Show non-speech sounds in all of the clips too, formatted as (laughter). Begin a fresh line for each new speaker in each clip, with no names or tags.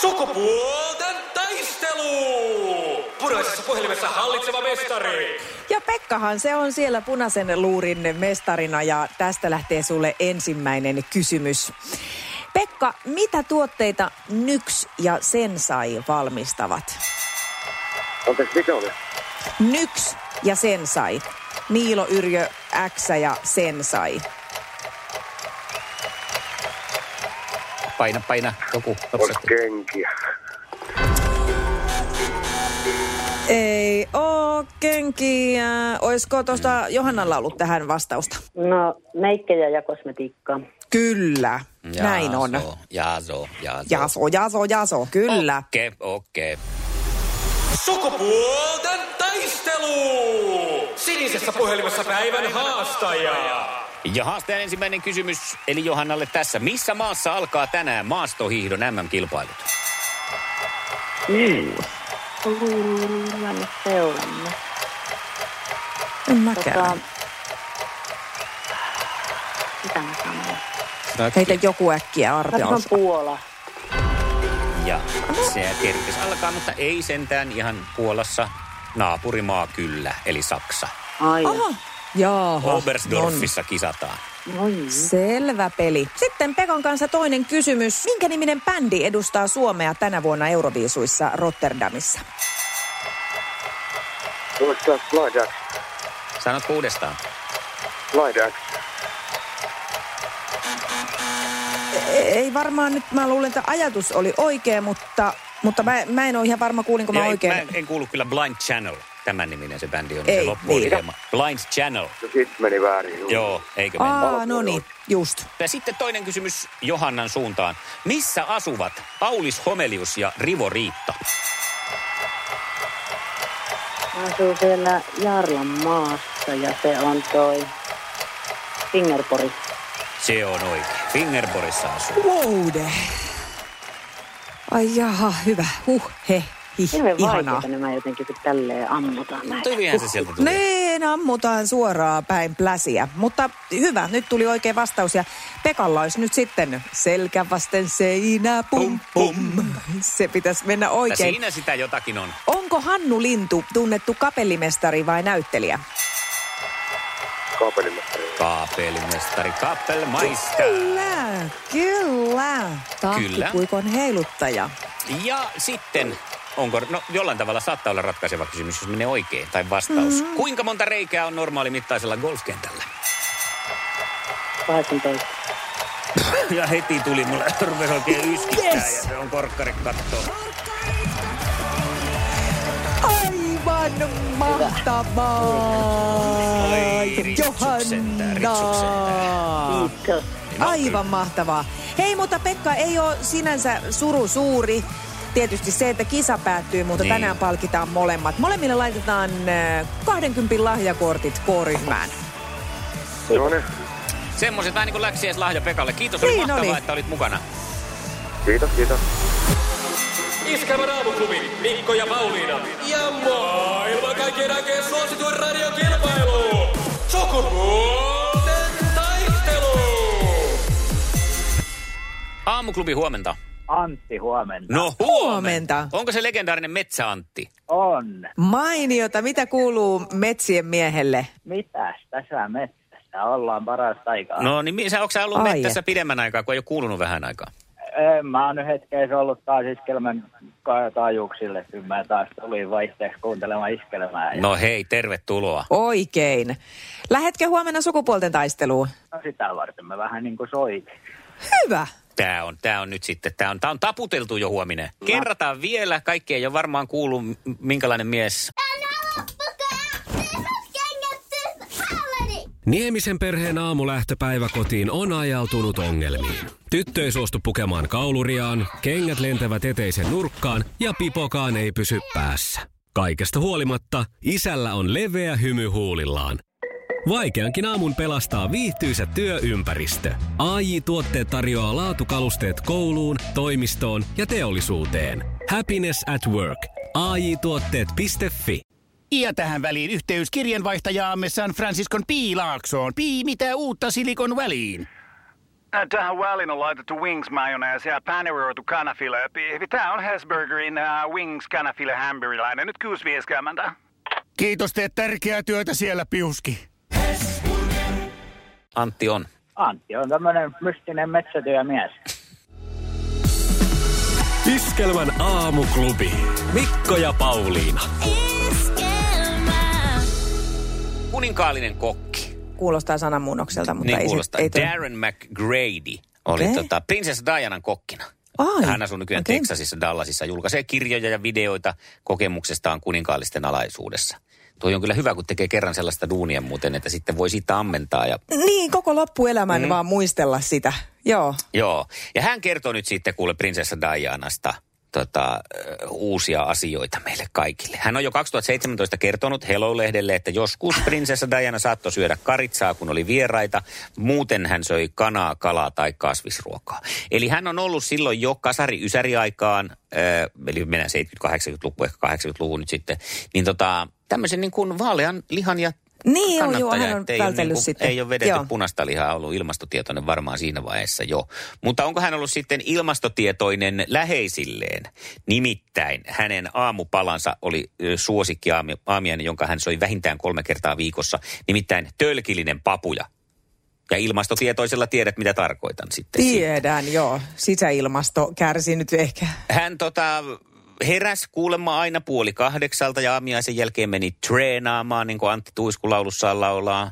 Sukupuolten taistelu! Punaisessa puhelimessa hallitseva mestari.
Ja Pekkahan se on siellä punaisen luurin mestarina ja tästä lähtee sulle ensimmäinen kysymys. Pekka, mitä tuotteita Nyx ja Sensai valmistavat?
Anteeksi, mikä oli?
Nyx ja Sensai. Niilo Yrjö X ja Sensai.
Paina, paina. Joku
On
nopsasti.
kenkiä.
Ei oo kenkiä. Oisko tuosta Johannalla ollut tähän vastausta?
No, meikkejä ja kosmetiikkaa.
Kyllä,
Jaa,
näin on.
soo, Jaa, soo, jaa, soo.
Jaso, jaso, jaso, kyllä.
Okei, okei.
Sukupuolten taistelu! Sinisessä puhelimessa päivän haastaja.
Ja haasteen ensimmäinen kysymys, eli Johannalle tässä. Missä maassa alkaa tänään maastohiihdon MM-kilpailut?
Kyllä me seuraamme.
En mäkään.
Tota, mitä mä sanon?
Heitä joku äkkiä arvio.
Varmaan Puola.
Ja se kerkes alkaa, mutta ei sentään ihan Puolassa. Naapurimaa kyllä, eli Saksa.
Ai,
Aha. Jaaha.
Obersdorfissa kisataan.
noin.
Non. Selvä peli. Sitten Pekon kanssa toinen kysymys. Minkä niminen bändi edustaa Suomea tänä vuonna Euroviisuissa Rotterdamissa?
Oliko tämä Slide X?
Sanot uudestaan.
Slide X.
Ei varmaan nyt, mä luulen, että ajatus oli oikea, mutta, mutta mä, mä en ole ihan varma, kuulinko mä
Ja
oikein.
en, mä en kuullut kyllä Blind Channel, tämän niminen se bändi on.
Ei,
se loppu oli
niin.
hieman. Blind Channel,
No sit meni väärin. juu.
joo, eikö mennyt?
Aa, no niin, just.
Ja sitten toinen kysymys Johannan suuntaan. Missä asuvat Aulis Homelius ja Rivo Riitta?
Mä asun siellä Jarlan maassa ja se on toi Fingerpori.
Se on oikein. Fingerborissa asuu.
Oude. Ai jaha, hyvä. Huh, he, hi,
Hirveän
ihanaa.
vaikeita nämä jotenkin, kun tälleen ammutaan näitä.
Toivihan se sieltä tuli.
Niin, ammutaan suoraan päin pläsiä. Mutta hyvä, nyt tuli oikein vastaus ja Pekalla olisi nyt sitten selkä vasten seinää, pum pum. Se pitäisi mennä
Ja
oikein.
siinä sitä jotakin on.
Onko Hannu Lintu tunnettu kapellimestari vai näyttelijä?
Kaapelimestari.
Kaapelimestari, kappelmaista.
Kyllä, kyllä. Tahtipuikon heiluttaja.
Ja sitten, onko, no jollain tavalla saattaa olla ratkaiseva kysymys, jos menee oikein, tai vastaus. Mm-hmm. Kuinka monta reikää on normaalimittaisella golfkentällä?
18.
Ja heti tuli mulle, rupesi oikein yskittää
Yes!
ja se on korkkari kattoon.
Aivan mahtavaa.
Oi, ritsuksen tää, ritsuksen
Johanna.
Kiitos.
Niin
Aivan mahtavaa. Hei, mutta Pekka ei ole sinänsä suru suuri. Tietysti se, että kisa päättyy, mutta
Niin.
niin. tänään palkitaan molemmat. Molemmille laitetaan äh, 20 lahjakortit K-ryhmään.
No niin,
Semmoiset vähän niin kuin läksiäislahja Pekalle. Kiitos, oli
Niin
mahtavaa,
oli.
että olit mukana.
kiitos, kiitos.
Iskävä raamuklubi, Mikko ja Pauliina. Ja maailman kaikkien aikeen suosituen radiokilpailu. Sukupuolten taistelu.
Aamuklubi huomenta.
Antti, huomenna.
No
huomenta.
Onko se legendaarinen Metsäantti?
On.
Mainiota, mitä kuuluu metsien miehelle?
Mitäs tässä metsässä ollaan parasta
Ah.
aikaa?
No niin, mi- sä, onko sä ollut
Ai
mettässä pidemmän aikaa, kun ei ole kuulunut vähän aikaa?
En, mä oon nyt hetkeissä ollut taas iskelmän ka- taajuuksille. Kyllä mä taas tulin vaihteeksi kuuntelemaan iskelmää. Ja
No hei, tervetuloa.
Oikein. Lähetkö huomenna sukupuolten taisteluun?
no sitä varten mä vähän niin kuin soitin.
Hyvä.
Tää on, tää on nyt sitten, tää on, tää on taputeltu jo huominen. Kerrataan vielä, kaikki ei ole varmaan kuullut, m- minkälainen mies.
Another book of This is King of This Holiday.
Niemisen perheen aamulähtöpäivä kotiin on ajautunut ongelmiin. Tyttö ei suostu pukemaan kauluriaan, kengät lentävät eteisen nurkkaan ja pipokaan ei pysy päässä. Kaikesta huolimatta, isällä on leveä hymy huulillaan. Vaikeankin aamun pelastaa viihtyisä työympäristö. AI Tuotteet tarjoaa laatukalusteet kouluun, toimistoon ja teollisuuteen. Happiness at work. AJ Tuotteet.fi
Ja tähän väliin yhteys kirjanvaihtajaamme San Franciscon P. Laaksoon. P. Mitä uutta Silikon väliin?
Tähän väliin on laitettu wings mayonnaise ja paneroitu kanafila. Tämä on Hesburgerin uh, wings kanafila hamburilainen. Nyt 6.50.
Kiitos, teet tärkeää työtä siellä, Piuski.
Antti on.
Antti on tämmöinen mystinen metsätyömies.
Iskelmän aamuklubi. Mikko ja Pauliina.
Kuninkaallinen kokki.
Kuulostaa sanamuunnokselta, mutta
niin
ei,
kuulostaa.
se, ei tule.
Darren McGrady oli
Okei.
tota, prinsessa Dianan kokkina.
Ai,
Hän asuu nykyään
okei.
Texasissa, Dallasissa, julkaisee kirjoja ja videoita kokemuksestaan kuninkaallisten alaisuudessa. Tuo on kyllä hyvä, kun tekee kerran sellaista duunia muuten, että sitten voi siitä ammentaa. Ja,
Niin, koko loppuelämän mm. vaan muistella sitä. Joo.
joo. ja hän kertoo nyt sitten kuule prinsessa Dianasta tota, ö, uusia asioita meille kaikille. Hän on jo 2017 kertonut Hello-lehdelle, että joskus prinsessa Diana saattoi syödä karitsaa, kun oli vieraita. Muuten hän söi kanaa, kalaa tai kasvisruokaa. Eli hän on ollut silloin jo kasari-ysäriaikaan, ö, eli mennään 70-80-luku, ehkä 80-luvun nyt sitten, niin tota, tämmöisen niin kuin vaalean lihan ja
Niin, joo, joo,
kannattaja,
hän on
että ei ole,
vältellyt
niin kuin,
sitten.
Ei ole vedetty
Joo.
joo. punaista lihaa, ollut ilmastotietoinen varmaan siinä vaiheessa jo. Mutta onko hän ollut sitten ilmastotietoinen läheisilleen? Nimittäin hänen aamupalansa oli ö, suosikki aami- aamiainen, jonka hän söi vähintään kolme kertaa viikossa. Nimittäin tölkillinen papuja. Ja ilmastotietoisella tiedät, mitä tarkoitan sitten. siitä.
Tiedän, joo. Sisäilmasto kärsii nyt ehkä.
Hän tota, heräs kuulemma aina puoli kahdeksalta ja aamiaisen jälkeen meni treenaamaan, niin kuin Antti Tuisku laulussaan laulaa.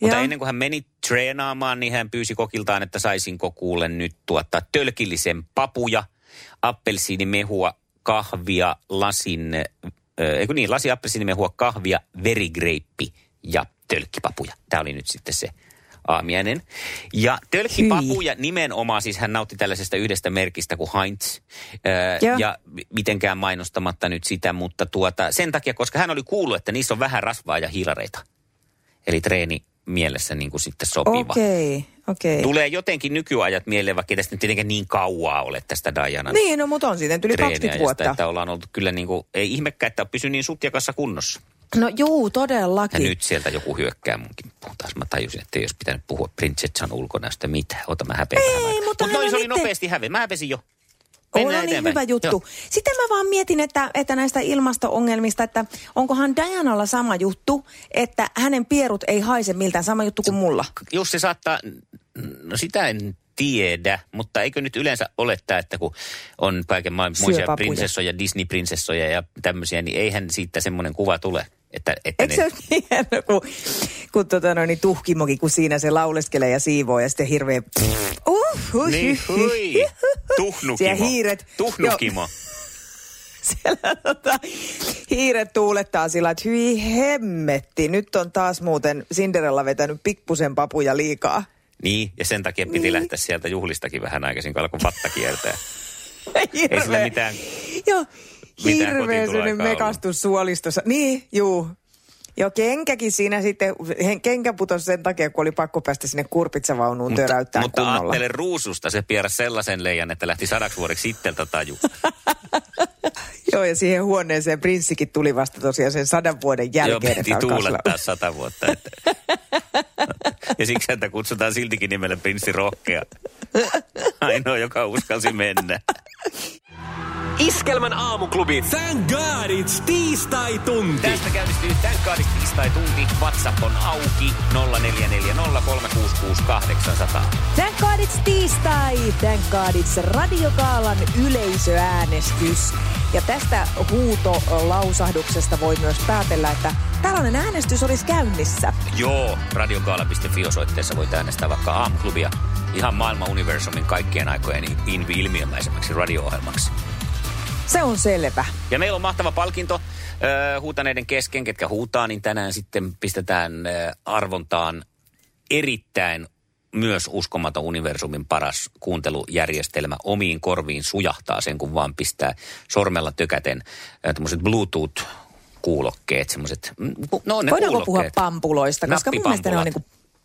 Mutta
Joo.
ennen kuin hän meni treenaamaan, niin hän pyysi kokiltaan, että saisinko kuule nyt tuottaa tölkillisen papuja, appelsiinimehua, kahvia, lasin, äh, eikö niin, lasi appelsiinimehua, kahvia, verigreippi ja tölkkipapuja. Tämä oli nyt sitten se aamiainen. Ja tölkkipapuja nimenomaan, siis hän nautti tällaisesta yhdestä merkistä kuin Heinz. Äh,
Joo.
ja mi- mitenkään mainostamatta nyt sitä, mutta tuota, sen takia, koska hän oli kuullut, että niissä on vähän rasvaa ja hiilareita. Eli treeni mielessä niin kuin sitten sopiva.
Okei, okei.
Tulee jotenkin nykyajat mieleen, vaikka ei tästä nyt tietenkään niin kauaa ole tästä Dianan
Niin, no mutta on siitä nyt yli 20
treeniajasta,
vuotta.
että ollaan oltu kyllä niin kuin, ei ihmekään, että pysy niin sutjakassa kunnossa.
No juu,
Ja
todellakin.
nyt sieltä joku hyökkää mun kimppuun taas. Mä tajusin, että ei olisi pitänyt puhua prinsessan ulkonäöstä mitään. Ota mä häpeän.
Ei,
vähän aikaa.
mutta
Mut
hän
noin
on
se oli
itse-
nopeasti häve. Mä häpesin jo.
On,
Mennään
on niin
eteenpäin.
hyvä juttu.
Joo.
Joo. Sitä mä vaan mietin, että, että näistä ilmasto-ongelmista, että onkohan Dianalla sama juttu, että hänen pierut ei haise miltään, sama juttu kuin mulla.
jos se saattaa, no sitä en tiedä, mutta eikö nyt yleensä ole tämä, että kun on kaiken
Syö
maailman
papuja.
prinsessoja, Disney-prinsessoja ja tämmöisiä, niin eihän siitä semmoinen kuva tule. Että, että
Eikö
ne,
se ole niin hieno, kun, kun tota noin, niin tuhkimokin, kun siinä se lauleskelee ja siivoo ja sitten hirveä... Uh, hui,
Niin, hui.
(laughs)
Tuhnukimo.
Siellä hiiret.
Tuhnukimo.
siellä tota, hiiret tuulettaa sillä, että hyi hemmetti, nyt on taas muuten Cinderella vetänyt pikkusen papuja liikaa.
Niin, ja sen takia piti
Niin.
lähteä sieltä juhlistakin vähän aikaisin, kun alkoi vatta kiertää.
Hirveä.
sillä mitään-
Joo,
mitään
hirveä sellainen
kotituloaikaa
mekastus suolistossa. Niin, juu. Joo, kenkäkin siinä sitten, hen- kenkä putosi sen takia, kun oli pakko päästä sinne kurpitsavaunuun mutta, töräyttää
mutta
kunnolla.
ajattele ruususta, se pieräsi sellaisen leijan, että lähti sadaksi vuodeksi tota sitteltä taju.
Joo, ja siihen huoneeseen prinssikin tuli vasta tosiaan sen sadan vuoden
Joo,
jälkeen.
piti
että alkaa sillä-
tuulettaa sata vuotta. Että. Ja siksi häntä kutsutaan siltikin nimellä Prinssi Rohkea. Ainoa, joka uskalsi mennä.
Iskelmän aamuklubi.
Thank God it's tiistai-tunti.
Tästä käynnistyy tämän kaadit tiistai tunti. WhatsApp on auki 0440366800.
Thank God it's tiistai, thank God it's radiokaalan yleisöäänestys. Ja tästä huutolausahduksesta voi myös päätellä, että tällainen äänestys olisi käynnissä.
Joo, radiokaala.fi osoitteessa voit äänestää vaikka aamuklubia ihan maailman universumin kaikkien aikojen in- ilmiömäisemmäksi radio-ohjelmaksi.
Se on selvä.
Ja meillä on mahtava palkinto ö, huutaneiden kesken, ketkä huutaa, niin tänään sitten pistetään ö, arvontaan erittäin myös uskomaton universumin paras kuuntelujärjestelmä omiin korviin sujahtaa sen, kun vaan pistää sormella tökäten tämmöiset Bluetooth-kuulokkeet, semmoiset, no on ne
Voidaanko puhua
kuulokkeet.
pampuloista, koska mun mielestä ne on niin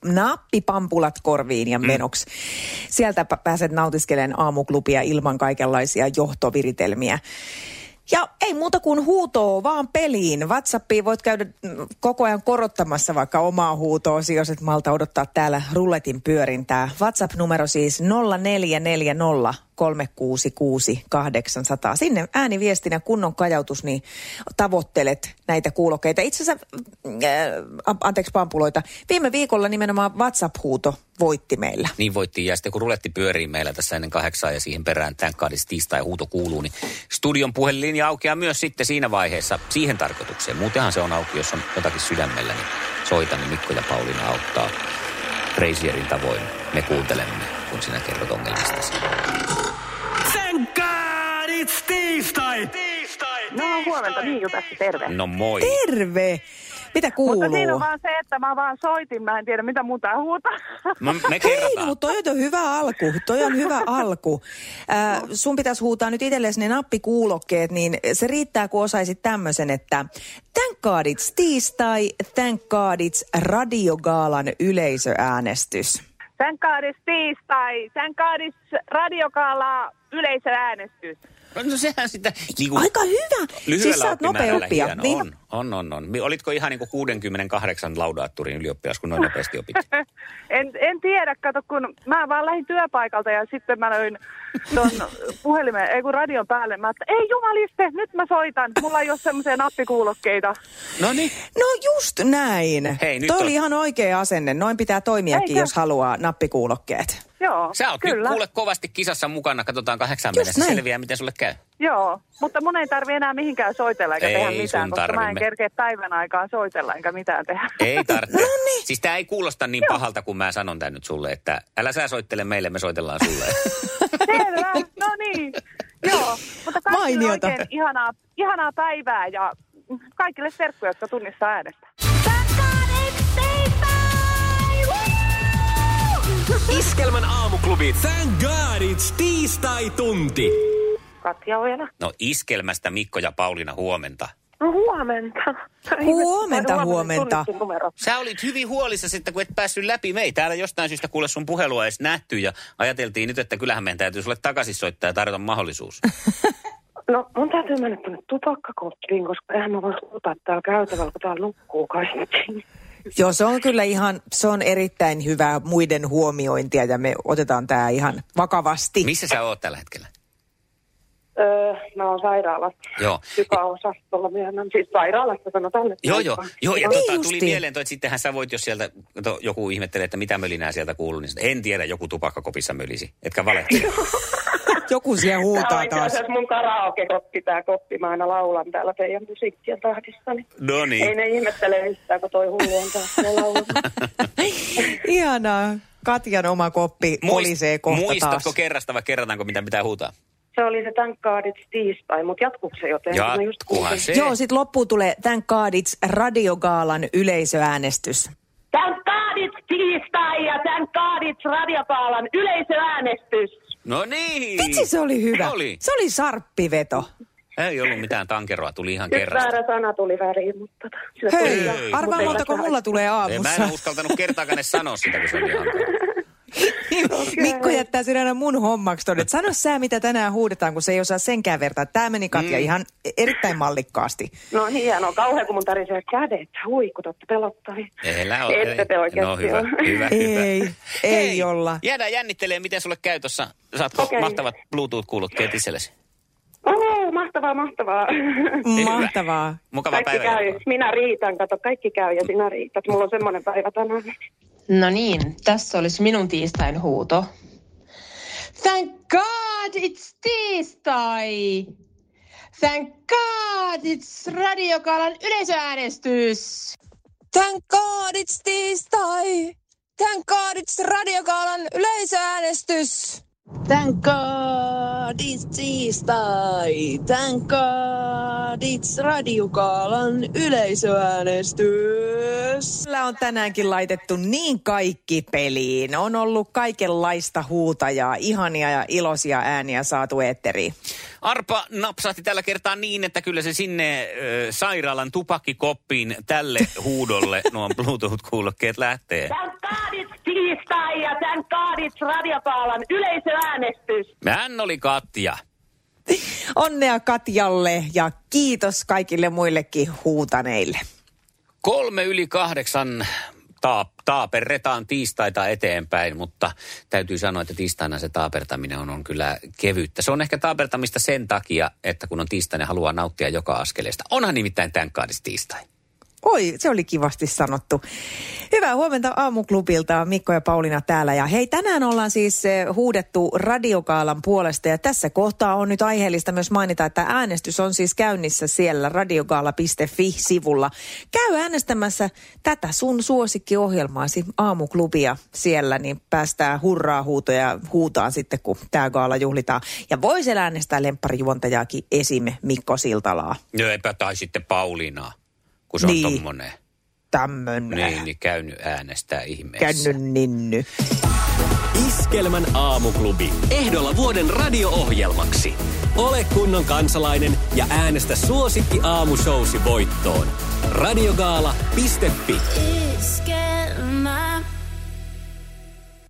Nappipampulat. Mm.
kuin nappipampulat korviin ja menoksi. Sieltä pä- pääset nautiskeleen aamuklubia ilman kaikenlaisia johtoviritelmiä. Ja ei muuta kuin huutoo vaan peliin. WhatsAppiin voit käydä mm, koko ajan korottamassa vaikka omaa huutoosi, jos et malta odottaa täällä rulletin pyörintää. WhatsApp-numero siis 0440 366 800. Sinne ääniviestinä kunnon kajautus, niin tavoittelet näitä kuulokkeita. Itse asiassa, mm, äh, a- anteeksi pampuloita, viime viikolla nimenomaan WhatsApp-huuto voitti meillä.
Niin voittiin. Ja sitten kun ruletti pyörii meillä tässä ennen kahdeksaa ja siihen perään tämän kadis tiistai huuto kuuluu, niin studion puhelinlinja aukeaa myös sitten siinä vaiheessa siihen tarkoitukseen. Muutenhan se on auki, jos on jotakin sydämellä, niin soita, niin Mikko ja Pauliina auttaa. Reisierin tavoin me kuuntelemme, kun sinä kerrot ongelmistasi.
Thank God it's tiistai! Tiistai!
No huomenta, niin tässä terve.
No moi.
Terve! Mitä
Mutta siinä on
kuuluu?
vaan se, että mä vaan soitin, mä en tiedä mitä muuta huuta.
Mä, me
Hei, no,
kerrotaan.
mutta toi on hyvä alku. Toi on hyvä alku. Äh, sun pitäisi huutaa nyt itsellesi ne nappikuulokkeet, niin se riittää, kun osaisit tämmöisen, että Thank God it's tiistai, Thank God it's radiogaalan yleisöäänestys.
Thank God it's tiistai, thank God it's radiokaala yleisöäänestys.
No sehän sitä... Niin kuin-
Aika hyvä!
Lyhyellä
siis sä oot nopea
oppimäärällä
oppia. Niin-
hieno. On, on, on, on. Mi- Olitko ihan niin kuin 68 laudaatturin ylioppilas, kun noin nopeasti
(laughs)
opit?
En, en tiedä, kato kun mä vaan lähdin työpaikalta ja sitten mä löin ton puhelimen, ei kun radion päälle. Mä että ei jumaliste, nyt mä soitan, mulla ei ole semmoisia nappikuulokkeita.
No niin.
No just näin.
Hei, nyt
Toi
on-
oli ihan oikea asenne. Noin pitää toimiakin,
Eikö?
jos haluaa nappikuulokkeet.
Joo,
Sä oot
kyllä.
nyt kuule kovasti kisassa mukana. Katsotaan kahdeksan
Just
mennessä
näin.
selviää, miten sulle käy.
Joo, mutta mun ei tarvi enää mihinkään soitella eikä
Ei
tehdä
sun
mitään, koska mä en
tarvi.
kerkeä päivän aikaa soitella enkä mitään tehdä. (laughs)
Ei tarvitse.
No
Siis tää ei kuulosta niin pahalta, kun mä sanon tän nyt sulle, että älä sä soittele meille, me soitellaan
(laughs)
sulle.
Selvä, no niin. Joo, mutta kaikille
Mainiota.
oikein ihanaa, ihanaa päivää ja kaikille terkkuja, jotka tunnistaa äänestä.
Iskelmän aamuklubi. Thank God it's tiistai tunti.
Katja Ojala.
No iskelmästä Mikko ja Pauliina huomenta.
No huomenta.
Huomenta, huomenta.
Sä olit hyvin huolissa sitten, kun et päässyt läpi. Me ei täällä jostain syystä kuule sun puhelua edes nähty ja ajateltiin nyt, että kyllähän meidän täytyy sulle takaisin soittaa ja tarjota
(laughs)
mahdollisuus.
No mun täytyy mennä tuonne tupakkakoppiin, koska eihän mä voi huutaa täällä käytävällä, kun täällä nukkuu kaikki.
Joo, se on kyllä ihan, se on erittäin hyvää muiden huomiointia ja me otetaan tämä ihan vakavasti.
Missä sä oot tällä hetkellä?
Öö, mä oon sairaalassa.
Joo.
Joka osastolla myöhemmin. Siis sairaalassa sanotaan nyt.
Joo, joo. joo ja
Niin
tota, tuli
justiin.
mieleen toi, että sittenhän sä voit, jos sieltä to, joku ihmettelee, että mitä mölinää sieltä kuuluu, niin sanot, en tiedä, joku tupakkakopissa mölisi. Etkä valehtele.
Joku siellä
Tämä
huutaa
on itse
taas.
asiassa mun karaoke-koppi, tää koppi. Mä aina laulan täällä teidän musiikkien tahdissa. Niin.
(laughs) no niin.
Ei ne ihmettele yhtään, kun toi hullu on taas ne laulun.
(laughs) Ihanaa. Katjan oma koppi
(laughs) Muist-
kolisee kohta
Muistatko
taas.
kerrasta vai kerrataanko, mitä pitää huutaa?
Se oli se Thank God It's tiistai, mutta jatkuuko se joten? Mä just
Jatkuhan
kuulin.
se.
Joo, sit loppuun tulee Thank God It's radiogaalan yleisöäänestys.
Thank God It's tiistai ja Thank God It's radiopaalan yleisöäänestys.
No niin.
Vitsi, se oli hyvä.
Se oli.
Se oli sarppiveto.
Ei ollut mitään tankeroa, tuli ihan
Nyt
kerrasta.
väärä sana tuli väriin, mutta... tota, se tuli
Hei,
ja-
Ei.
arvaa
Mut ei
montako
tässä
mulla tulee
Ei, mä en
aamussa.
ole
(laughs)
uskaltanut kertaakaan edes sanoa sitä, kun se oli ihan hankala.
Mikko jättää sen aina mun hommaksi tonne. että Sano sä, mitä tänään huudetaan, kun se ei osaa senkään vertaa. Tämä meni
Mm.
Katja ihan e- erittäin mallikkaasti.
No hienoa, kauhean kun mun tarisee kädet. Hui, kun te olette pelottavia.
Elä ole-
Ette te oikeasti
No hyvä,
ole.
hyvä, hyvä.
Ei, ei olla.
Jäädään jännittelemään, miten sulle käy tuossa. Saatko okay.
Okei.
mahtavat Bluetooth-kuulokkeet itsellesi?
Oo, mahtavaa, mahtavaa. (laughs)
Mahtavaa.
Mukava
Kaikki
päivä.
käy. Minä riitän, kato, kaikki käy ja sinä riität. Mulla on semmoinen päivä tänään.
No niin, tässä olisi minun tiistain huuto. Thank God it's tiistai! Thank God it's radiokalan yleisöäänestys! Thank God it's tiistai! Thank God it's radiokalan yleisöäänestys!
Thank God it's tiistai. Thank God it's Radiokaalan yleisöäänestys.
Kyllä on tänäänkin laitettu niin kaikki peliin. On ollut kaikenlaista huutajaa, ihania ja iloisia ääniä saatu eetteriin.
Arpa napsahti tällä kertaa niin, että kyllä se sinne äh, sairaalan tupakkikoppiin tälle
(laughs)
huudolle nuo Bluetooth-kuulokkeet lähtee.
Thank God it's tiistai ja thank God it's radiopaalan yleisöäänestys.
Hän oli Katja.
Onnea Katjalle ja kiitos kaikille muillekin huutaneille.
Kolme yli kahdeksan taap, taaperretaan tiistaita eteenpäin, mutta täytyy sanoa, että tiistaina se taapertaminen on, on kyllä kevyttä. Se on ehkä taapertamista sen takia, että kun on tiistaina, haluaa nauttia joka askeleesta. Onhan nimittäin tämän kaadis tiistai.
Oi, se oli kivasti sanottu. Hyvää huomenta aamuklubilta, Mikko ja Pauliina täällä. Ja hei, tänään ollaan siis eh, huudettu radiokaalan puolesta ja tässä kohtaa on nyt aiheellista myös mainita, että äänestys on siis käynnissä siellä radiogaala.fi-sivulla. Käy äänestämässä tätä sun suosikkiohjelmaasi aamuklubia siellä, niin päästään hurraa huutoja huutaan sitten, kun tämä gaala juhlitaan. Ja voi siellä äänestää lempparijuontajaakin esim. Mikko Siltalaa.
No eipä tai sitten Pauliinaa, kun se on
Niin.
tommonen.
Tämmönen.
Niin, niin käynyt äänestää ihmeessä.
Kännyn ninny.
Iskelmän aamuklubi. Ehdolla vuoden radio-ohjelmaksi. Ole kunnon kansalainen ja äänestä suosikki aamushousi voittoon. Radiogaala.fi.
Iskelmä.